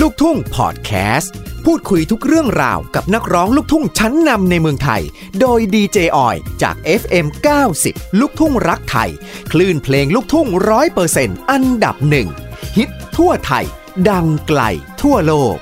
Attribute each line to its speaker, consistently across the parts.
Speaker 1: ลูกทุ่งพอดแคสต์ พูดคุยทุกเรื่องราวกับนักร้องลูกทุ่งชั้นนำในเมืองไทย โดยดีเจออยจาก FM 90 ลูกทุ่งรักไทย คลื่นเพลงลูกทุ่งร้อยเปอร์เซ็นต์อันดับหนึ่งฮิตทั่วไทย ดังไกลทั่วโลก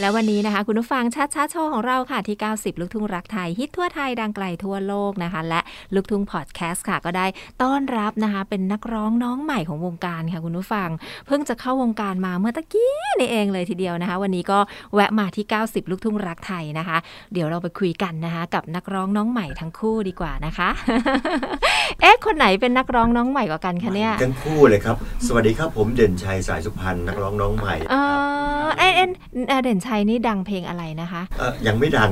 Speaker 2: และวันนี้นะคะ คุณผู้ฟังชัดชาโชว์ของเราค่ะ ที่ 90 ลูกทุ่งรักไทย ฮิตทั่วไทย ดังไกลทั่วโลกนะคะ และลูกทุ่งพอดแคสต์ค่ะ ก็ได้ต้อนรับนะคะ เป็นนักร้องน้องใหม่ของวงการค่ะ คุณผู้ฟัง เพิ่งจะเข้าวงการมาเมื่อตะกี้นี่เองเลยทีเดียวนะคะ วันนี้ก็แวะมาที่ 90 ลูกทุ่งรักไทยนะคะ เดี๋ยวเราไปคุยกันนะคะ กับนักร้องน้องใหม่ทั้งคู่ดีกว่านะคะ เอ๊ะคนไหนเป็นนักร้องน้องใหม่กว่ากันคะเนี่ย
Speaker 3: ทั้งคู่เลยครับ สวัสดีครับผมเด่นชัยสายสุพรรณนักร้องน้องใหม่
Speaker 2: เออเอะเอ็นเอ่อเด่นชัยนี่ดังเพลงอะไรนะคะ
Speaker 3: เอ่อยังไม่ดัง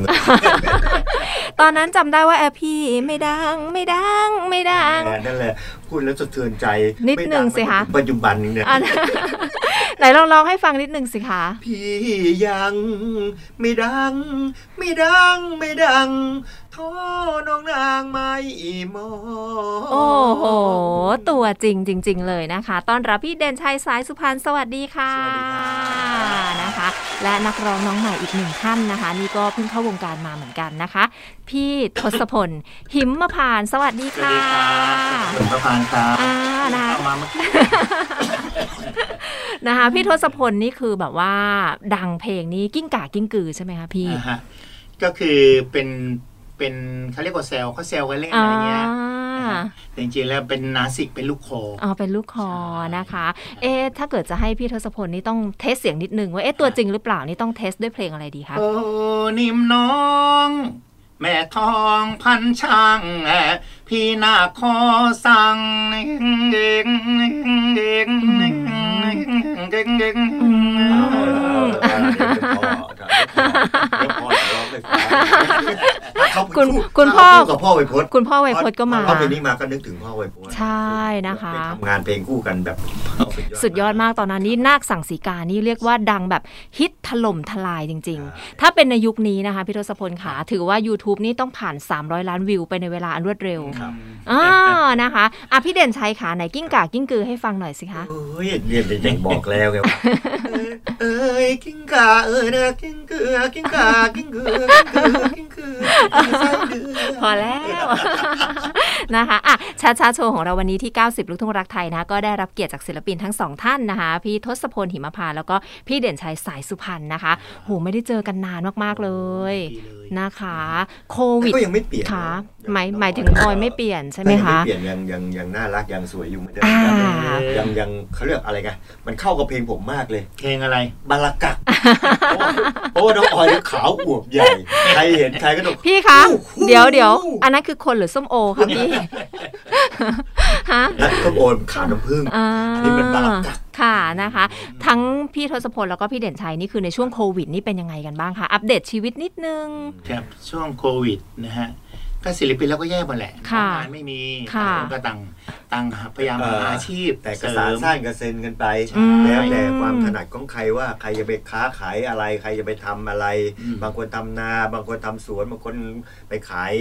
Speaker 2: ตอนนั้นจำได้ว่าแอร์พี่ไม่ดังไม่ดังไม่ดัง
Speaker 3: นั่นแหละพูดแล้วสะเทือนใจ
Speaker 2: นิดนึงสิคะ
Speaker 3: ไม่ดังมาถึปัจจุบันเนี่ย
Speaker 2: อ่ะ ไหนลองร้องให้ฟังนิดนึงสิคะ
Speaker 3: พี่ยังไม่ดัง ไม่ดังไม่ดังท้อน้องนางไม่มอ
Speaker 2: โอ้โห ตัวจริงจริง ๆ เลยนะคะต้อนรับพี่เด่นชัยสายสุพรรณสวัสดีค่ะนะคะ และนักร้องน้องใหม่อีกหนึ่งท่านนะคะ นี่ก็เพิ่งเข้าวงการมาเหมือนกันนะคะ พี่ทศพล หิมพานต์สวัสดี
Speaker 3: สวัส
Speaker 2: ค่ะ
Speaker 3: ดีครับผมประพานครับ
Speaker 2: อ่านะคะ
Speaker 3: เอามาเมื่อกี้
Speaker 2: นะคะพี่ทศพลนี่คือแบบว่าดังเพลงนี้กิ้งก่ากิ้งกือใช่ไหมคะพี่
Speaker 4: อ่าฮะก็คือเป็นเป็นเขาเรียกว่าแซลเขาแซลกันเล่น
Speaker 2: อ่า
Speaker 4: อะไรเงี้ยแต่จริงๆแล้วเป็นนาสิกเป็นลูกคอ
Speaker 2: อ๋อเป็นลูกคอนะคะ เอ๊ะถ้าเกิดจะให้พี่ทศพลนี่ต้องเทสเสียงนิดนึงว่าเอ๊ะตัวจริงหรือเปล่านี่ต้องเทสด้วยเพลงอะไรดีคะ
Speaker 4: โอ้นิ่มน้อง แม่ทองพันช่างแหละพี่นาคคอสั่ง
Speaker 3: เอาละเดี๋ยวพอเดี๋ยวพอเดี๋ยวพอเดี๋ยวร้องไม่ฟังเขา
Speaker 2: คุณ
Speaker 3: พูด
Speaker 2: คุณพ่อ
Speaker 3: เขาพูดกับพ่อไปพจน์
Speaker 2: คุณพ่อไวยพจน์ก็มา
Speaker 3: พอเพลงนี้มาก็นึกถึงพ่อไวยพจน์
Speaker 2: ใช่นะคะ
Speaker 3: ไปทำงานเพลงคู่กันแบบ
Speaker 2: สุดยอดมากตอนนั้นนี่นาคสังสีกานี่เรียกว่าดังแบบฮิตถล่มทลายจริง ๆ ถ้าเป็นในยุคนี้นะคะพี่ทศพลขาถือว่า YouTube นี่ต้องผ่าน 300 ล้านวิวไปในเวลาอันรวดเร็ว
Speaker 3: ครับ
Speaker 2: อ่านะคะอ่ะพี่เด่นชัยขาไหนกิ้งก่ากิ้งกือให้ฟังหน่อยสิคะ
Speaker 3: เอ้ยเรียนเป็นอย่างบอกแล้วไงว่าเอ้ยกิ้งก่าเอ้ยเด้อกิ้งเกือกิ้งก่ากิ้งเกือกิ้งเกือกิ้งเกือไส้เดือน
Speaker 2: พอแล้ว นะคะอ่ะชาชาโชว์ของเราวันนี้ที่ 90 ลูกทุ่งรักไทยนะก็ได้รับเกียรติจากศิลปินทั้งสองท่านนะคะ พี่ทศพลหิมพานต์แล้วก็พี่เด่นชัยสายสุพรรณนะคะโหไม่ได้เจอกันนานมากๆเลยนะคะ โควิด
Speaker 3: ก็ยังไม่เปลี่ยน
Speaker 2: ค่ะ
Speaker 3: นะ
Speaker 2: หมายหมายถึงออยไม่เปลี่ยนใช่ไหม
Speaker 3: ยัง
Speaker 2: คะ
Speaker 3: เปลี่ยนยังยังยังน่ารักยังสวยอยู่เหมือนเดิม
Speaker 2: อ่า
Speaker 3: ยังยังเขาเรียกอะไรกันมันเข้ากับเพลงผมมากเลย
Speaker 4: เพลงอะไร
Speaker 3: บาลากัก เพราะว่าน้องออยเนี่ยขาวอวบใหญ่ ใครเห็นใครก็ต้อง
Speaker 2: พี่คะ
Speaker 3: โอ้โห
Speaker 2: เดี๋ยวเดี๋ยวอันนั้นคือคนหรือส้มโอคะพี่ ฮะ
Speaker 3: นักก็โอนขาวน้ำผึ้ง
Speaker 2: อ่า
Speaker 3: นี่เป็นบารักกะ
Speaker 2: ค่ะนะคะ ทั้งพี่ทศพลแล้วก็พี่เด่นชัยนี่คือในช่วงโควิดนี่เป็นยังไงกันบ้างคะอัปเดตชีวิตนิดนึง
Speaker 4: ครับช่วงโควิดนะฮะก็ศิลปินเราก็แย่หมดแหละ
Speaker 2: ค่ะ
Speaker 4: งานไม่มี
Speaker 2: ค่ะ
Speaker 4: ต่างคนก็ต่างต่างหาพยายาม
Speaker 3: เอ่
Speaker 4: หา
Speaker 3: อ
Speaker 4: อาชีพ
Speaker 3: แต่ก
Speaker 4: เส
Speaker 3: ระ
Speaker 4: ริ
Speaker 3: สาน
Speaker 4: ม
Speaker 3: สร้างกระเซ็นกันไป
Speaker 2: อืม
Speaker 3: แล้วแต่ความถนัดของใครว่าใครจะไปค้าขายอะไรใครจะไปทำอะไร
Speaker 4: อืม
Speaker 3: บางคนทำนา บางคนทำสวน บางคนไปขาย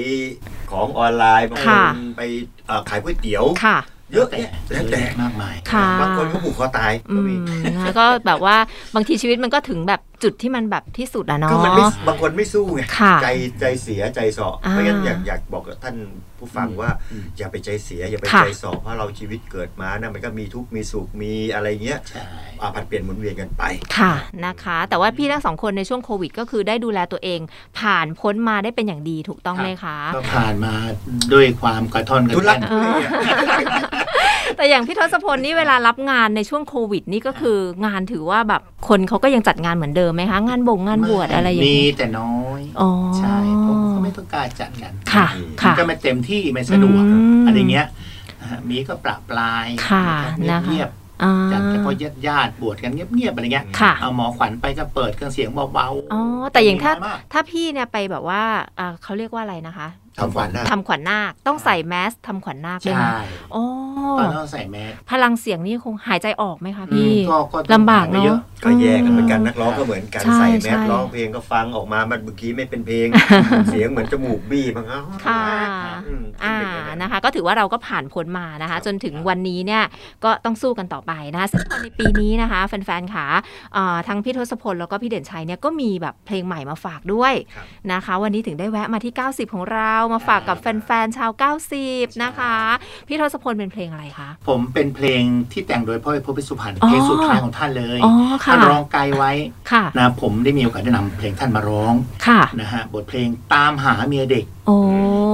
Speaker 3: ของออนไลน์บางค
Speaker 2: ค่ะ
Speaker 3: นไปเอ่อขายก๋วยเตี๋ยว
Speaker 2: ค่ะ
Speaker 3: เยอะแยะแล้วแต่
Speaker 4: มากมาย
Speaker 2: ค่ะ
Speaker 3: บางคนก็ผูกคอตาย
Speaker 2: อื
Speaker 3: ก็
Speaker 2: ม
Speaker 3: มี
Speaker 2: นะก็แบบว่าบางทีชีวิตมันก็ถึงแบบจุดที่มันแบบที่สุดอะ
Speaker 3: ก็มันไม่
Speaker 2: เนาะ
Speaker 3: บางคนไม่สู้ไง
Speaker 2: ค่ะ
Speaker 3: ใจใจเสียใจสอ
Speaker 2: อ่า
Speaker 3: เพราะงั้นอยากอยากบอกกับท่านผู้ฟังว่า
Speaker 4: อืม
Speaker 3: อย่าไปใจเสียอย่าไป
Speaker 2: ค่ะ
Speaker 3: ใจสอเพราะเราชีวิตเกิดมานะมันก็มีทุกข์มีสุขมีอะไรเงี้ย
Speaker 4: ใช่
Speaker 3: อ่ะผัดเปลี่ยนหมุนเวียนกันไป
Speaker 2: ค่ะนะคะ แต่ว่าพี่ทั้งสองคนในช่วงโควิด ก็คือได้ดูแลตัวเอง ผ่านพ้นมาได้เป็นอย่างดีถูกต้องไหมคะ
Speaker 4: ก็ผ่านมาด้วยความกระท่อนกระ
Speaker 3: ทุลั
Speaker 4: แท่
Speaker 3: ก
Speaker 4: น
Speaker 3: ทุเลอะ
Speaker 2: แต่อย่างพี่ทศพลนี่เวลารับงานในช่วงโควิด นี่ก็คืองานถือว่าแบบคนเขาก็ยังจัดงานเหมือนเดิมไหมคะ งานบ่งงานบวชอะไรอย่าง
Speaker 4: มี
Speaker 2: นี้
Speaker 4: แต่น้อย
Speaker 2: อ๋อ
Speaker 4: ใช่ผมก็ไม่ต้องการจัดกัน
Speaker 2: ค่ะค่ะ
Speaker 4: ก็ไม่เต็มที่ไม่สะดวก
Speaker 2: อืม
Speaker 4: อะไรเงี้ยนะฮะมีก็ปรับปลาย
Speaker 2: ค่ะ
Speaker 4: นะค
Speaker 2: นะคะ
Speaker 4: รับเงียบ
Speaker 2: อ่า
Speaker 4: ๆจัดแต่พอญาติญาติๆบวชกันเงียบๆอะไรเงี้ย
Speaker 2: ค่ะ
Speaker 4: เอาหมอขวัญไปก็เปิดเครื่องเสียงเบาๆ
Speaker 2: อ๋อแต่อย่างถ้า
Speaker 4: น้มก
Speaker 2: ถ้าพี่เนี่ยไปแบบว่าอ่าเขาเรียกว่าอะไรนะคะ
Speaker 3: ทำขวัญนาค
Speaker 2: ทำขวัญนาคต้องใส่แมสทำขวัญนาคด้วย
Speaker 4: ใช่
Speaker 2: นะโอ้
Speaker 4: ตอนนั้นใส่แมส
Speaker 2: พลังเสียงนี่คงหายใจออกไหมคะ
Speaker 4: อื
Speaker 2: พี่
Speaker 4: มก็ก็
Speaker 2: ลำบากเนอะ
Speaker 4: ไม่ยอ
Speaker 3: ก็แยกกันเหมือนกันนักร้องก็เหมือนกัน
Speaker 2: ใช่
Speaker 3: ใส่แมส
Speaker 2: ใช่
Speaker 3: ร้องเพลงก็ฟังออกมามันเมื่อกี้ไม่เป็นเพล ง เสียงเหมือนจมูกบี้บ้างเอ้า
Speaker 2: ค่ะ
Speaker 3: อืม
Speaker 2: อ่า
Speaker 3: เป็นย่ง
Speaker 2: นะคะ ก็ถือว่าเราก็ผ่านพ้นมานะคะ จนถึงวันนี้เนี่ยก็ต้องสู้กันต่อไปนะคะซึ่งในปีนี้นะคะแฟนๆค่ะเอ่อทั้งพี่ทศพลแล้วก็พี่เด่นชัยเนี่ยก็มีแบบเพลงใหม่มาฝากด้วย
Speaker 3: ครับ
Speaker 2: นะคะ วันนี้ถึงได้แวะมาที่ 90 ของเรามาฝากกับแฟนๆชาว 90 นะคะพี่ทศพลเป็นเพลงอะไรคะ
Speaker 4: ผมเป็นเพลงที่แต่งโดยพ่อเอกพบพิสุพรรณ
Speaker 2: อ๋อ
Speaker 4: เพลงสุดท้ายของท่านเลย
Speaker 2: อ๋อค่ะ
Speaker 4: ท่านร้องไกลไว้
Speaker 2: ค่ะ
Speaker 4: นะผมได้มีโอกาสได้นำเพลงท่านมาร้อง
Speaker 2: ค่ะ
Speaker 4: นะฮะบทเพลงตามหาเมียเด็ก
Speaker 2: โอ้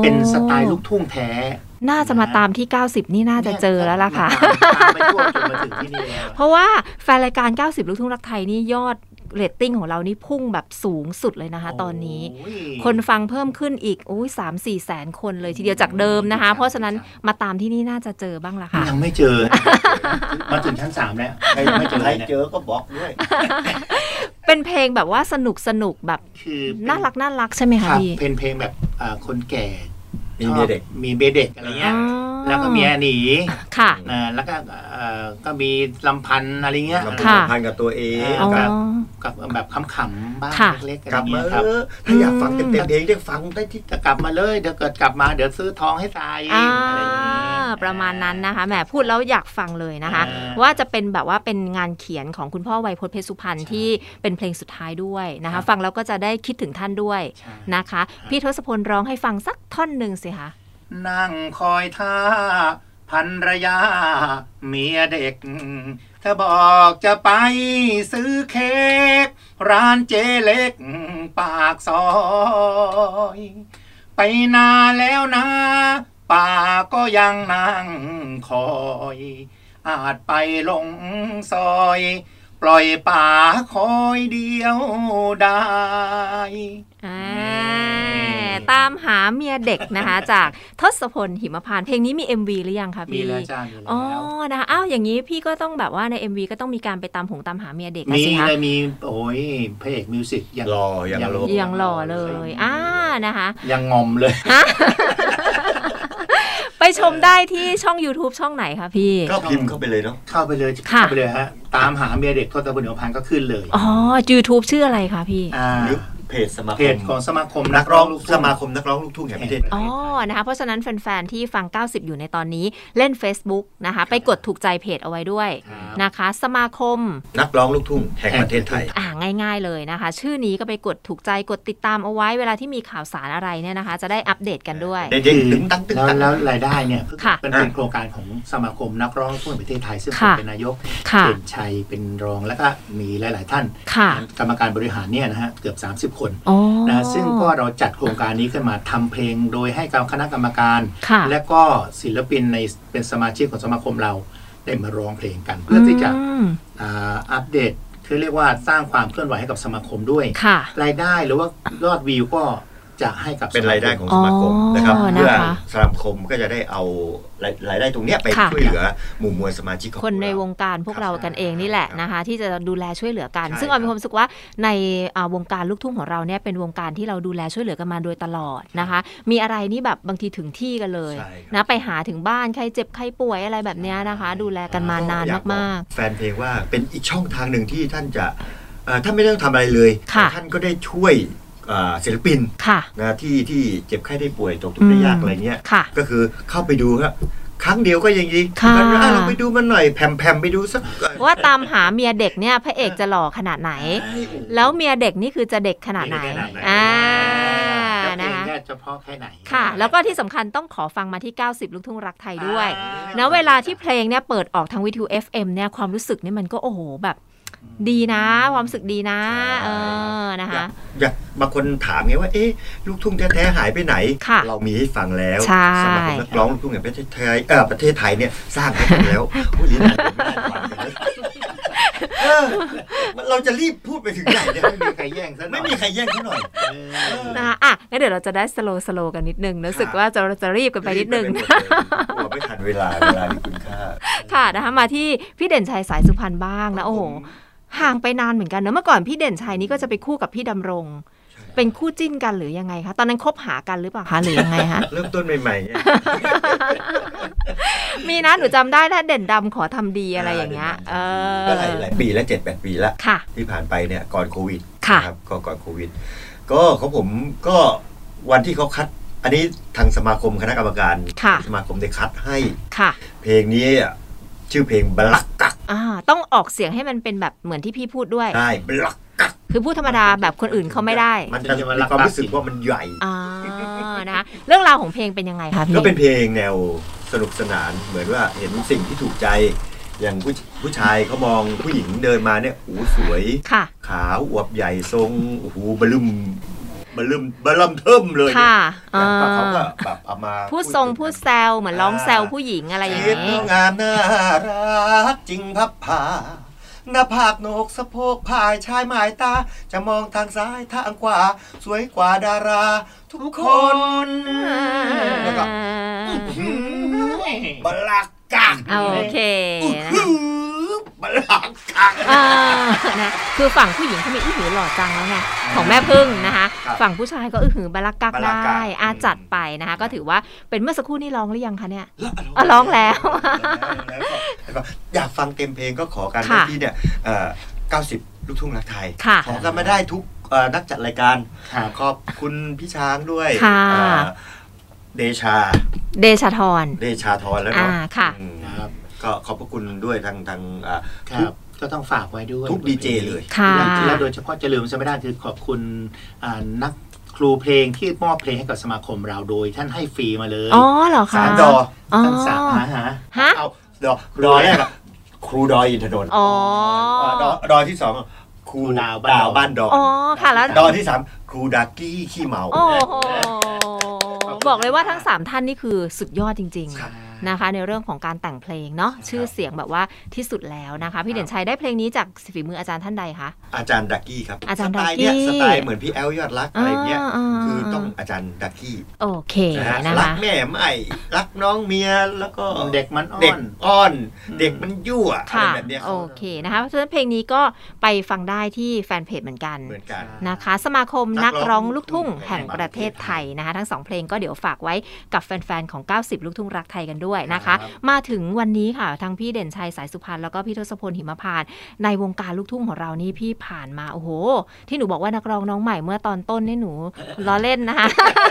Speaker 4: เป็นสไตล์ลูกทุ่งแท้
Speaker 2: น่าจะมาตามที่ 90 นี่น่าจะเจอแล้วล่ะค่ะ
Speaker 4: ตามไปทั่วจนมาถึงที่นี่แล้ว
Speaker 2: เพราะว่าแฟนรายการ 90 ลูกทุ่งรักไทยนี่ยอดเรตติ้งของเรานี่พุ่งแบบสูงสุดเลยนะคะ ตอนนี้
Speaker 4: โอ้ย
Speaker 2: คนฟังเพิ่มขึ้นอีกอุ้ยสามสี่แสนคนเลยทีเดียวจากเดิมนะคะ เพราะฉะนั้นมาตามที่นี่น่าจะเจอบ้างละค่ะ
Speaker 4: ยังไม่เจ อ มาถึงชั้นสามแล้ว
Speaker 3: ใคร
Speaker 4: ยังไม่
Speaker 3: ไม่
Speaker 4: เจอ
Speaker 3: ใค
Speaker 4: เล
Speaker 3: ร
Speaker 4: ยเนี่ย
Speaker 3: เจอก็บอกด้วย
Speaker 2: เป็นเพลงแบบว่าสนุกสนุกแบบ
Speaker 4: คือเป็
Speaker 2: น่ารักน่ารักใช่ไหม
Speaker 4: ค
Speaker 2: คะ
Speaker 4: รับ
Speaker 2: พี่
Speaker 4: เป็นเพลงแบบอ่าคนแก่
Speaker 3: มีเมียเด็ก
Speaker 4: ชอบมีเบียเด็กอะไรเงี้ย
Speaker 2: อ๋อ
Speaker 4: แล้วก็เมียหนี
Speaker 2: ค่ะ
Speaker 4: อ่าแล้วก็เอ่อก็มีลำพันธ์อะไรเงี้ย
Speaker 3: เรา
Speaker 2: ค่ะ
Speaker 3: พันกับตัวเอง
Speaker 4: อ๋อ
Speaker 3: กับ
Speaker 4: กับแบบขำๆบ้าง
Speaker 2: ค่ะ
Speaker 4: เล็กๆอะ
Speaker 3: ก
Speaker 4: ไร
Speaker 3: ลับมา
Speaker 4: เงี้ยค
Speaker 3: เอ
Speaker 4: รับ
Speaker 3: อถ้าอยากฟังเต็มๆเองเรียกฟังได้ที่
Speaker 4: จะกลับมาเลยเดี๋ยวเกิดกลับมาเดี๋ยวซื้อทองให้ตาย
Speaker 2: อ่า
Speaker 4: อะไรอย่างงี้
Speaker 2: ประมาณนั้นนะคะแหมพูดแล้วอยากฟังเลยนะคะ
Speaker 4: อ่า
Speaker 2: ว่าจะเป็นแบบว่าเป็นงานเขียนของคุณพ่อวัยพจน์เพชรสุพรรณที่เป็นเพลงสุดท้ายด้วยนะ
Speaker 4: ครั
Speaker 2: คะ
Speaker 4: บ
Speaker 2: ฟังแล้วก็จะได้คิดถึงท่านด้วย
Speaker 4: ใช่
Speaker 2: นะคะ พี่ทศพลร้องให้ฟังสักท่อนหนึ่งสิคะ
Speaker 4: นั่งคอยท่าพันรยา เมียเด็ก ถ้าบอกจะไปซื้อเค้กร้านเจเล็กปากซอย ไปนานแล้วนะ ป่าก็ยังนั่งคอย อาจไปหลงซอย ปล่อยป่าคอยเดียวได้
Speaker 2: อ่า
Speaker 4: อืม
Speaker 2: ตามหาเมียเด็กนะคะ จากทศพลหิมพานต์เพลงนี้มี MV หรือยังคะ
Speaker 4: มี
Speaker 2: พี่
Speaker 4: แล้วจ้ามีแล้
Speaker 2: อ๋อ
Speaker 4: ว
Speaker 2: นะคะอ้าวอย่างนี้พี่ก็ต้องแบบว่าใน MV ก็ต้องมีการไปตามหงตามหาเมียเด็กนะ
Speaker 4: มี
Speaker 2: สิคะ
Speaker 4: เลยมีโอ้ยพระเอกมิวสิกยัง
Speaker 3: รออย่างรอ
Speaker 2: ยังหล่อเลย อ่า นะคะ
Speaker 4: ยังงอมเลย
Speaker 2: ไปชมได้ที่ช่อง YouTube ช่องไหนคะพี่
Speaker 3: ก็พิมพ์เข้าไปเลยเนาะ
Speaker 4: เข้าไปเลย
Speaker 2: ค่ะ
Speaker 4: เข้าไปเลยฮะ ตามหาเมียเด็กโทษตะบุญเหนียวพันก็ขึ้นเลย
Speaker 2: อ๋อ YouTube ชื่ออะไรคะพี่
Speaker 4: ่า
Speaker 3: หรือเพจสมาค
Speaker 4: เพจ
Speaker 3: ม
Speaker 4: ของสมาคม
Speaker 3: นักร้อง
Speaker 4: ลูกทุ่
Speaker 3: สมาคมนักร้องลูกทุ่งแห่งประเทศ
Speaker 2: อ๋อ นะคะ เพราะฉะนั้นแฟน ๆ ที่ฟัง 90 อยู่ในตอนนี้เล่น Facebook นะคะ ไปกดถูกใจเพจเอาไว้ด้วย
Speaker 4: ครับ
Speaker 2: นะคะ สมาคม
Speaker 3: นักร้องลูกทุ่งแห่งประเทศไทย
Speaker 2: อ่าง่าย ๆ เลยนะคะ ชื่อนี้ก็ไปกดถูกใจกดติดตามเอาไว้เวลาที่มีข่าวสารอะไรเนี่ยนะคะ จะได้อัปเดตกันด้วย
Speaker 3: เด้งๆตึ้งตั้งตึ้ง
Speaker 4: แล้ว
Speaker 3: ตั้ง
Speaker 4: แล้วรายได้เนี่ย
Speaker 2: ค่ะ
Speaker 4: เป็นเป็นโครงการของสมาคมนักร้องลูกทุ่งแห่งประเทศไทย ซึ่งผ
Speaker 2: ค่ะ
Speaker 4: มเป็นนายก
Speaker 2: ค่ะ
Speaker 4: เป็นชัยเป็นรองแล้วก็มีหลาย ๆ ท่าน
Speaker 2: ค่ะ
Speaker 4: กรรมการบริหารเนี่ยนะฮะเกือบ 30 คน
Speaker 2: อ๋อ
Speaker 4: นะซึ่งก็เราจัดโครงการนี้ขึ้นมาทำเพลงโดยให้กับคณะกรรมการ
Speaker 2: ค่ะ
Speaker 4: และก็ศิลปินในเป็นสมาชิกของสมาคมเราได้มาร้องเพลงกัน เพื่อที่จะ
Speaker 2: ม
Speaker 4: อ่าอัปเดตคือเรียกว่าสร้างความเคลื่อนไหวให้กับสมาคมด้วย
Speaker 2: ค่ะ
Speaker 4: รายได้หรือว่ายอดวิวก็จะให้กับ
Speaker 3: เป็นรายได้ของ
Speaker 4: สมคม
Speaker 3: สมาคมนะครับ
Speaker 2: อ๋อนะคะ
Speaker 3: เพื่อสมาคมก็จะได้เอารายรายได้ตรงเนี้ยไป
Speaker 2: ค่ะ
Speaker 3: ช่วยเหลือหมู่มวลสมาชิกของ
Speaker 2: คนใน
Speaker 3: เรา
Speaker 2: วงการพวกเรากันเองนี่แหละ
Speaker 3: ครับ
Speaker 2: นะคะ ที่จะดูแลช่วยเหลือกัน
Speaker 3: ใช่
Speaker 2: ซึ่งเอามี
Speaker 3: ครับ
Speaker 2: ความรู้สึกว่าในอ่าวงการลูกทุ่งของเราเนี่ยเป็นวงการที่เราดูแลช่วยเหลือกันมาโดยตลอดนะคะ มีอะไรนี่แบบบางทีถึงที่กันเลย
Speaker 3: ใช่ครับ
Speaker 2: นะไปหาถึงบ้านใครเจ็บใครป่วยอะไรแบบเนี้ยนะคะ ดูแลกันมานาน
Speaker 3: อยบอ
Speaker 2: มาก
Speaker 3: แฟนเพลงว่าเป็นอีกช่องทางหนึ่งที่ท่านจะเอ่อท่านไม่ต้องทำอะไรเลย
Speaker 2: ค่ะ
Speaker 3: แต่ท่านก็ได้ช่วยเอ่อศิลปิน
Speaker 2: ๆ ค่ะ
Speaker 3: นะที่ที่เจ็บไข้ได้ป่วยตกทุกข์ได้ยาก
Speaker 2: อืม
Speaker 3: อะไรเงี้ย
Speaker 2: ค่ะ
Speaker 3: ก็คือเข้าไปดูครับครั้งเดียวก็ยังดี
Speaker 2: ค่ะ
Speaker 3: มันอ่ะเราไปดูมันหน่อยแผ่มๆไปดูสักเอ่อ
Speaker 2: ว่าตามหาเมียเด็กเนี่ยพระเอกจะหล่อขนาดไหน
Speaker 3: ไอ้โอ้
Speaker 2: แล้วเมียเด็กนี่คือจะเด็กขนาดไหน
Speaker 4: เด็กขนาดไหน
Speaker 2: อ่า
Speaker 4: แล้วเพล
Speaker 2: นะ
Speaker 4: ง
Speaker 2: คะ
Speaker 4: แค่เฉพาะแค่ไหน
Speaker 2: ค่ะ แล้วก็ที่สำคัญต้องขอฟังมาที่ 90 ลูกทุ่งรักไทยด้วย
Speaker 4: อ่
Speaker 2: ณเวลาที่เพลงเนี่ยเปิดออกทางวิทยุ FM เนี่ยความรู้สึกเนี่ยมันก็โอ้โหแบบดีนะ ความรู้สึกดีนะ
Speaker 3: ใช่
Speaker 2: เออนะ
Speaker 3: อยา
Speaker 2: คะ
Speaker 3: กอยากบางคนถามไงว่า เอ๊ะ ลูกทุ่งแท้ๆหายไปไหน
Speaker 2: ค่ะ
Speaker 3: เรามีให้ฟังแล้ว
Speaker 2: ใช่
Speaker 3: สำหรับนักร้องลูกทุ่งแห่งประเทศไทยเออประเทศไทยเนี่ยสร้างให้หมดแล้วโอ้ยลิ้นอ่านไม่ได้ฟังเลยเออเราจะรีบพูดไปถึงไหนเนี่ย
Speaker 4: ไม่มีใครแย่งซะหน่อ
Speaker 3: ไม่
Speaker 4: ย
Speaker 3: มีใครแย่งเขาหน่อย
Speaker 4: เออ
Speaker 2: นะคะอ่ะงั้นเดี๋ยวเราจะได้สโลสโลกันนิดนึงรู้สึก
Speaker 3: ครับ
Speaker 2: ว่าจะจะรีบกันไปนิดนึง
Speaker 3: รีบไปหมดเลยกลัวไม่ทันเวลาเวลาที่คุณค่า
Speaker 2: ค่ะนะคะมาที่พี่เด่นชัยสายสุพรรณบ้างนะโอ้โหห่างไปนานเหมือนกันเนอะเมื่อก่อนพี่เด่นชัยนี่ก็จะไปคู่กับพี่ดำรง เป็นคู่จิ้นกันหรือยังไงคะ ตอนนั้นคบหากันหรือเปล่าคะหรือยังไงคะ
Speaker 3: เริ่มต้นใหม่ๆไง
Speaker 2: มีนะหนูจำได้ถ้าเด่นดำขอทำดีอะไรอย่างเงี้ยเออ
Speaker 3: ก็หลายหลายปีแล้วเจ็ดแปดปีแล้ว
Speaker 2: ค่ะ
Speaker 3: ที่ผ่านไปเนี่ยก่อนโควิด
Speaker 2: ค่ะ
Speaker 3: นะครับก็ก่อนโควิด ก็ของผมก็วันที่เขาคัด อันนี้ทางสมาคมคณะกรรมการ
Speaker 2: ค่ะ
Speaker 3: สมาคมได้คัดให้
Speaker 2: ค่ะ
Speaker 3: เพลงนี้อ่ะชื่อเพลงบลักกัก
Speaker 2: อ่าต้องออกเสียงให้มันเป็นแบบเหมือนที่พี่พูดด้วย
Speaker 3: ได้บลักกัก
Speaker 2: คือพูดธรรมดาแบบคนอื่นเขาไม่ได้
Speaker 3: มันจะมีความรู้สึกว่ามันใหญ่
Speaker 2: อ่านะคะเรื่องราวของเพลงเป็นยังไงคะพี่
Speaker 3: ก็เป็นเพลงแนวสนุกสนานเหมือนว่าเห็นสิ่งที่ถูกใจ อย่างผู้ผู้ชายเขามองผู้หญิงเดินมาเนี่ยโอ้สวย
Speaker 2: ค่ะ
Speaker 3: ขาวอวบใหญ่ทรงโอ้โหบะลึมบะลึมบะลัมเทิมเลยเนี่ย
Speaker 2: ค่ะอ่า
Speaker 3: แล้วก็เขาก็แบบเอามา
Speaker 2: พูดทรง
Speaker 3: ถึ
Speaker 2: พูด
Speaker 3: กัน
Speaker 2: แซวเหมือนร้อง
Speaker 3: อ่า
Speaker 2: แซวผู้หญิงอะไรอย่าง
Speaker 3: ชีวิต
Speaker 2: นี้
Speaker 3: งามน่ารักจริงพับผาหน้าผากโหนกสะโพกผายชายหมายตา จะมองทางซ้ายทางขวาสวยกว่าดารา ทุกคนแล้วก็บลากกัง
Speaker 2: อ่าโอเคนะคะ
Speaker 3: บลากกัง
Speaker 2: อ่านะคือฝั่งผู้หญิงเขามีอื้อหือหล่อจังแล้วไงของแม่พึ่งนะคะ
Speaker 3: ครับ
Speaker 2: ฝั่งผู้ชายก็อื้อหือบารักกัก
Speaker 3: บารักกัก
Speaker 2: ได้อาจัดไปนะคะ ก็ถือว่าเป็นเมื่อสักครู่นี่ร้องหรือยังคะเนี่ย
Speaker 3: แล้ว
Speaker 2: อ่ะร้องแล้ว
Speaker 3: แล้วก็แล้วก็อยากฟังเต็มเพลงก็ขอกัน
Speaker 2: ค่ะ
Speaker 3: ที่เนี่ยเอ่อ90 ลูกทุ่งรักไทย
Speaker 2: ค่ะ
Speaker 3: ขอกันมาได้ทุกเอ่อนักจัดรายการ
Speaker 4: ครับ
Speaker 3: ขอบคุณพี่ช้างด้วย
Speaker 2: ค่ะ
Speaker 3: เอ่อเดชา
Speaker 2: เดชาธร
Speaker 3: เดชาทรแล้วเนาะ
Speaker 2: อ่าค่ะ
Speaker 3: อืม
Speaker 4: ครับ
Speaker 3: ก็ขอบพระคุณด้วยทางทางอ่า
Speaker 4: ค
Speaker 3: ทุ
Speaker 4: รับ
Speaker 3: ก
Speaker 4: ก็ต้องฝากไว้ด้วย
Speaker 3: ทุก DJ เลย
Speaker 2: ค่ะ
Speaker 4: และโดยเฉพาะจะลืมซะไม่ได้คือขอบคุณอ่านักครูเพลงที่มอบเพลงให้กับสมาคมเราโดย ท่านให้ฟรีมาเลย
Speaker 2: อ๋อเหรอคะ
Speaker 3: สามดอ
Speaker 2: อ๋อ
Speaker 4: ทั้งสามหาหา
Speaker 2: ฮะ
Speaker 3: เอาดอดอแรกอะครูดอยอินทนนท์
Speaker 2: อ๋อ
Speaker 3: เอ่อดอดอที่สองอะครู
Speaker 4: ดา
Speaker 3: ดาว ว
Speaker 4: บ้านดอก
Speaker 3: บ้านดอก
Speaker 2: อ๋อค่ะแล้ว
Speaker 3: ดอที่สามครูดากี้ขี้เมา
Speaker 2: โอ้โหบอกเลยว่าทั้งสามท่านนี่คือสุดยอดจริง ๆ นะคะ ในเรื่องของการแต่งเพลงเนาะชื่อเสียงแบบว่าที่สุดแล้วนะคะ พี่เด่นชัยได้เพลงนี้จากฝีมืออาจารย์ท่านใดคะ
Speaker 3: อาจารย์ดักกี้ครับ
Speaker 2: อาจารย์
Speaker 3: สไตล์เนี่ย
Speaker 2: ดักกี้
Speaker 3: สไตล์เหมือนพี่แอลยอดรักอะไรเงี้ย
Speaker 2: อ่า
Speaker 3: คือต้อง
Speaker 2: า
Speaker 3: อาจารย์ดักกี้
Speaker 2: โอเค
Speaker 3: นะฮะ
Speaker 2: นะ
Speaker 3: รัก
Speaker 2: คะ
Speaker 3: แม่ไม่รักน้องเมียแล้วก็
Speaker 4: เด็กมันอ่
Speaker 3: เด็
Speaker 4: อก น
Speaker 3: อ้อน
Speaker 4: อืม
Speaker 3: เด็กมันยั่วอะไร
Speaker 2: ค่ะ
Speaker 3: แบบเนี้ย
Speaker 2: โอเคนะคะเพราะฉะนั้นเพลงนี้ก็ไปฟังได้ที่แฟนเพจเหมือนกัน
Speaker 3: เหมือนกัน
Speaker 2: นะคะ สมาคมนัก
Speaker 3: นักร้
Speaker 2: ร้อ
Speaker 3: อง ง
Speaker 2: ลูกทุ่ง
Speaker 3: ลูกทุ่ง
Speaker 2: แห่งประเทศไทยนะคะ ทั้งสองเพลงก็เดี๋ยวฝากไว้กับแฟนๆของ 90 ลูกทุ่งรักไทยกันด้วยนะคะ
Speaker 3: ครับ
Speaker 2: มาถึงวันนี้ค่ะทั้งพี่เด่นชัยสายสุพรรณแล้วก็พี่ทศพลหิมพานต์ในวงการลูกทุ่งของเรานี่พี่ผ่านมาโอ้โห ที่หนูบอกว่านักร้องน้องใหม่เมื่อตอนต้นนี่หนูล้อเล่นนะคะ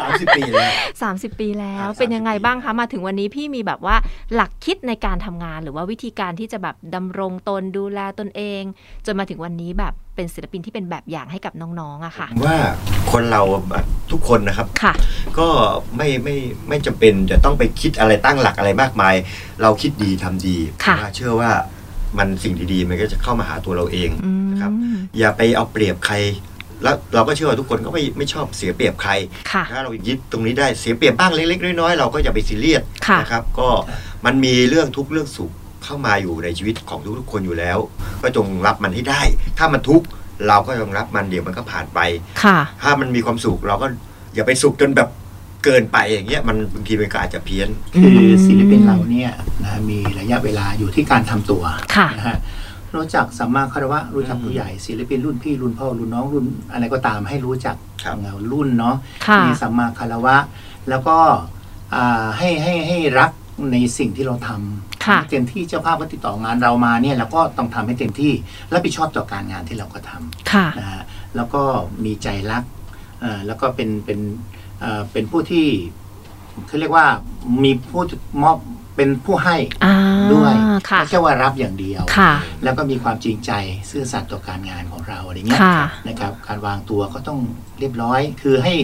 Speaker 3: สามสิบปีแล้ว
Speaker 2: 30 ปีแล้
Speaker 3: คว รับ
Speaker 2: เป็นยังไง
Speaker 3: 30ปี
Speaker 2: บ้างคะ มาถึงวันนี้พี่มีแบบว่าหลักคิดในการทำงาน หรือว่าวิธีการที่จะแบบดำรงตนดูแลตนเอง จนมาถึงวันนี้แบบเป็นศิลปินที่เป็นแบบอย่างให้กับน้องๆอะค่ะ
Speaker 3: ผมว่าคนเราอะทุกคนนะครับ
Speaker 2: ค่ะ
Speaker 3: ก็ไม่ไม่ไม่จำเป็นจะต้องไปคิดอะไรตั้งหลักอะไรมากมาย เราคิดดีทำดี
Speaker 2: ค่ะ
Speaker 3: ผมว่าเชื่อว่ามันสิ่งดีๆมันก็จะเข้ามาหาตัวเราเอง
Speaker 2: อืม
Speaker 3: นะครับ อย่าไปเอาเปรียบใคร แล้วเราก็เชื่อว่าทุกคนก็ไม่ไม่ชอบเสียเปรียบใคร
Speaker 2: ค่ะ
Speaker 3: ถ้าเรายึดตรงนี้ได้เสียเปรียบบ้างเล็กๆน้อยๆเราก็อย่าไปซีเรียส
Speaker 2: ค่ะ
Speaker 3: นะครับก็มันมีเรื่องทุกข์เรื่องสุขเข้ามาอยู่ในชีวิตของทุกๆคนอยู่แล้ว ก็จงรับมันให้ได้ ถ้ามันทุกข์เราก็จงรับมันเดี๋ยวมันก็ผ่านไป
Speaker 2: ค่ะ
Speaker 3: ถ้ามันมีความสุขเราก็อย่าไปสุขจนแบบเกินไปอย่างเงี้ยมันบางทีมันก็อาจจะเพี้ยน
Speaker 4: คือศิลปินเราเนี่ยนะมีระยะเวลาอยู่ที่การทำตัว
Speaker 2: ค่ะ
Speaker 4: นะฮะรู้จักสัมมาคารวะรู้จัก
Speaker 3: อืม
Speaker 4: ผู้ใหญ่ศิลปินรุ่นพี่รุ่นพ่อรุ่นน้องรุ่นอะไรก็ตามให้รู้จัก
Speaker 3: ครับ
Speaker 4: เงารุ่นเนาะ
Speaker 2: ค่ะ
Speaker 4: มีสัมมาคารวะ แล้วก็อ่าให้ให้ให้รักในสิ่งที่เราท
Speaker 2: ค่ะ
Speaker 4: ำเต็มที่เจ้าภาพก็ติดต่องานเรามาเนี่ยเราก็ต้องทำให้เต็มที่รับผิดชอบต่อการงานที่เราก็ทำ
Speaker 2: ค่ะ
Speaker 4: นะฮะแล้วก็มีใจรักเอ่อแล้วก็เป็นเป็นเอ่อเป็นผู้ที่เขาเรียกว่ามีผู้มอบเป็นผู้ให้
Speaker 2: อ่า
Speaker 4: ด้วย
Speaker 2: ค่ะ
Speaker 4: ไม่ใช่ว่ารับอย่างเดียว
Speaker 2: ค่ะ
Speaker 4: แล้วก็มีความจริงใจซื่อสัตย์ต่อการงานของเราอะไรเงี้ย
Speaker 2: ค่ะ
Speaker 4: นะครับการวางตัวก็ต้องเรียบร้อย คือให้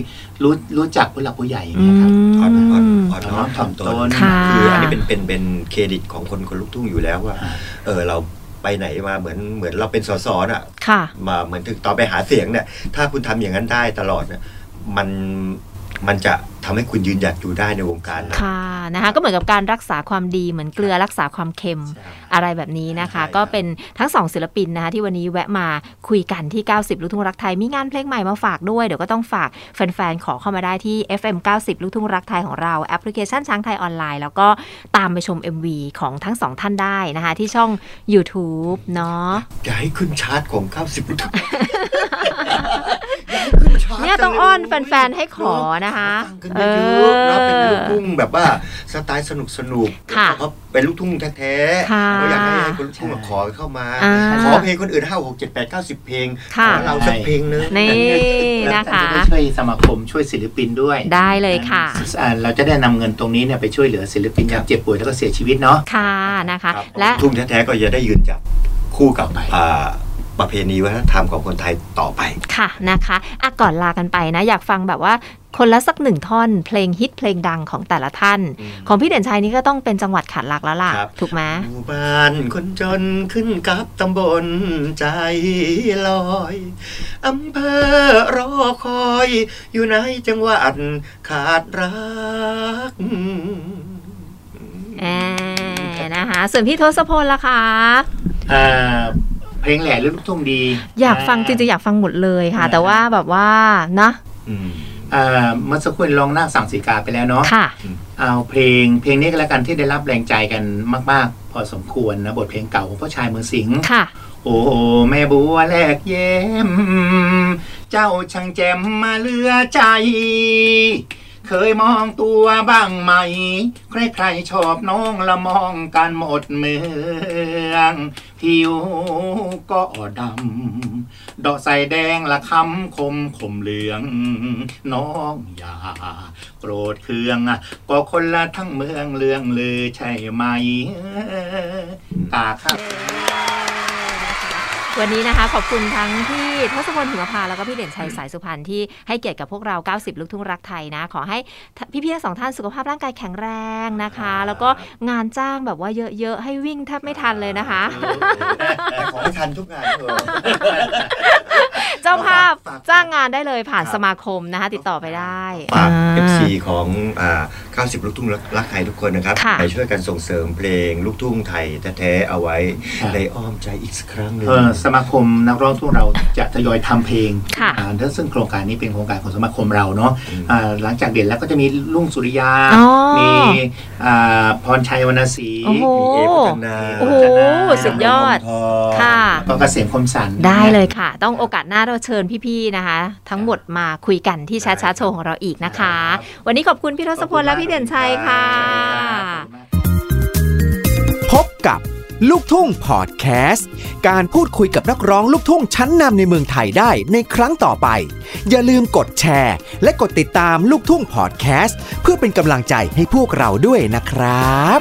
Speaker 4: รู้รู้จักผู้หลักผู้ใหญ่อย่าง
Speaker 2: อื
Speaker 4: เงี้ยครับ
Speaker 3: อ่อนอ่อน
Speaker 2: ม
Speaker 3: อ่อนน้อมถ่อมตน
Speaker 4: ค่ะ
Speaker 3: คืออันนี้เป็นเป็นเป็นเครดิตของคนคนลุกทุ่งอยู่แล้วว่า เออเราไปไหนมาเหมือนเหมือนเราเป็นสสน่ะ
Speaker 2: ค่ะ
Speaker 3: มาเหมือนถึงตอนไปหาเสียงเนี่ย ถ้าคุณทำอย่างนั้นได้ตลอดเนี่ยมันมันจะทำให้คุณยืนหยัดอยู่ได้ในวงการนะ
Speaker 2: ค่ะนะคะก็เหมือนกับการรักษาความดีเหมือนเกลือรักษาความเค็ม
Speaker 3: ใช่
Speaker 2: อะไรแบบนี้นะคะ
Speaker 3: ใช่ครับ
Speaker 2: ก็เป็นทั้งสองศิลปินนะคะที่วันนี้แวะมาคุยกันที่ 90 ลูกทุ่งรักไทย มีงานเพลงใหม่มาฝากด้วย เดี๋ยวก็ต้องฝากแฟนๆ ขอเข้ามาได้ที่ FM 90 ลูกทุ่งรักไทยของเรา แอปพลิเคชันช้างไทยออนไลน์ แล้วก็ตามไปชม MV ของทั้งสองท่านได้นะคะ ที่ช่อง YouTube เนาะ
Speaker 3: อย่าให้ขึ้นชาร์ตของข้าวสิบลูกทุ่งอย่าให้ขึ้น รัก
Speaker 2: เนี่ยต้อง
Speaker 3: จัล
Speaker 2: อ้อนแฟนๆให้ขอนะคะ
Speaker 3: ขอตังกันเย
Speaker 2: เออ
Speaker 3: อะๆนะเป็นลูกทุ่งแบบว่าสไตล์สนุกสนุกๆ
Speaker 2: ค่ะ
Speaker 3: แล้วก็เป็นลูกทุ่งแท้
Speaker 2: ค่ะ
Speaker 3: ๆก็อยากให้ให้คนลูกทุ่งมาขอเข้ามา
Speaker 2: อ่า
Speaker 3: ขอเพลงคนอื่นห้าหกเจ็ดแปดเก้าสิบเพลง
Speaker 2: ค่ะ
Speaker 3: ขอเราสักเพลงนึง
Speaker 2: นี่
Speaker 4: แล้ว
Speaker 2: นะคะ
Speaker 4: จได้ช่วยสมาคมช่วยศิลปินด้วย
Speaker 2: ได้เลยค่ะ
Speaker 4: อ่าเราจะได้นำเงินตรงนี้เนี่ยไปช่วยเหลือศิลปินยามเจ็บป่วยแล้วก็เสียชีวิตเนาะ
Speaker 2: ค่ะนะคะ
Speaker 3: ครับ
Speaker 2: และ
Speaker 3: ทุ่งแท้ๆก็จะได้ยืนจับคู่กับ
Speaker 4: ไป
Speaker 3: อ่าประเพณีวัฒนธรรมของคนไทยต่อไป
Speaker 2: ค่ะนะคะอ่ะก่อนลากันไปนะ อยากฟังแบบว่าคนละสักหนึ่งท่อน เพลงฮิตเพลงดังของแต่ละท่าน
Speaker 3: อืม
Speaker 2: ของพี่เด่นชัยนี่ก็ต้องเป็นจังหวัดขันหลักแล้วล่ะ
Speaker 3: ครับ
Speaker 2: ถูกไหม
Speaker 3: หมู่บ้านคนจนขึ้นกับตำบลใจลอยอำเภอรอคอย อยู่ในจังหวัดขาดรัก
Speaker 2: เออนะคะส่วนพี่ทศพลล่ะคะ
Speaker 4: อ่าเพลงแหล่หรือลูกทุ่งดี
Speaker 2: อยากฟังจริงๆอยากฟังหมดเลยค่ะ แต่ว่าแบบว่านะ
Speaker 4: อ่าเมื่อสักครู่ลองหน้าสั่งสีกาไปแล้วเนาะ
Speaker 2: ค่ะ
Speaker 4: เอาเพลงเพลงนี้ก็แล้วกันที่ได้รับแรงใจกันมาก ๆ พอสมควรนะ บทเพลงเก่าของพ่อชายเมืองสิงห์
Speaker 2: ค่ะ
Speaker 4: โอ้โหแม่บัวแลกเย้ม เจ้าช่างแจ่มมาเหลือใจ เคยมองตัวบ้างไหม ใครๆชอบน้องละมองกันหมดเมืองผิวก็ดำดอกใสแดงละคำคมคมเหลือง น้องอย่าโกรธเคืองอะก็คนละทั้งเมืองเลืองลือใช่ไหมเอ่อกาครับ
Speaker 2: วันนี้นะคะ ขอบคุณทั้งพี่ทศพลหิมพาแล้วก็พี่เด่นชัยสายสุพรรณที่ให้เกียรติกับพวกเรา 90 ลูกทุ่งรักไทยนะ ขอให้พี่ๆทั้งสองท่านสุขภาพร่างกายแข็งแรงนะคะ แล้วก็งานจ้างแบบว่าเยอะๆ ให้วิ่งแทบไม่ทันเลยนะคะ
Speaker 3: แต่ขอ ให้ทันทุกงานเถอะ
Speaker 2: เจ้าภาพ
Speaker 3: ฝาก
Speaker 2: จ้างงานได้เลยผ่าน
Speaker 3: ครับ
Speaker 2: สมาคมนะคะ ติดต่อไปได้
Speaker 3: ฝาก
Speaker 2: อ่า
Speaker 3: FC ของอ่า90 ลูกทุ่งรักไทยทุกคนนะครับ
Speaker 2: ค่ะ
Speaker 3: ไปช่วยกันส่งเสริมเพลงลูกทุ่งไทยแท้ๆเอาไว้ ในอ้อมใจอีกสักครั้งหนึ่ง
Speaker 4: เออสมาคมนักร้องทั่วเราจะทยอยทำเพลง
Speaker 2: ค่ะ
Speaker 4: อ่าแล้วซึ่งโครงการนี้เป็นโครงการของสมาคมเราเนาะ
Speaker 3: อืม
Speaker 4: อ่าหลังจากเด่นแล้วก็จะมีลุงสุริยา
Speaker 2: อ๋อ
Speaker 4: มีอ่าพรชัยวรรณศรี
Speaker 2: โอ้โห
Speaker 3: มีเอพัฒนา
Speaker 2: โอ้โห สุดยอด
Speaker 3: ทอง
Speaker 2: ค่ะ
Speaker 4: แล้วก็เกษมคมสัน
Speaker 2: ได้เลยค่ะ ต้องโอกาสหน้าเราเชิญพี่ๆนะคะ ทั้งหมดมาคุยกันที่ช้าช้าๆโชว์ของเราอีกนะคะ วันนี้ขอบคุณพี่ทศพลและพี่เด่นชัยค่ะ
Speaker 4: ขอบคุณมาก
Speaker 1: พบกับลูกทุ่งพอดแคสต์การพูดคุยกับนักร้องลูกทุ่งชั้นนำในเมืองไทยได้ในครั้งต่อไป อย่าลืมกดแชร์ และกดติดตามลูกทุ่งพอดแคสต์เพื่อเป็นกำลังใจให้พวกเราด้วยนะครับ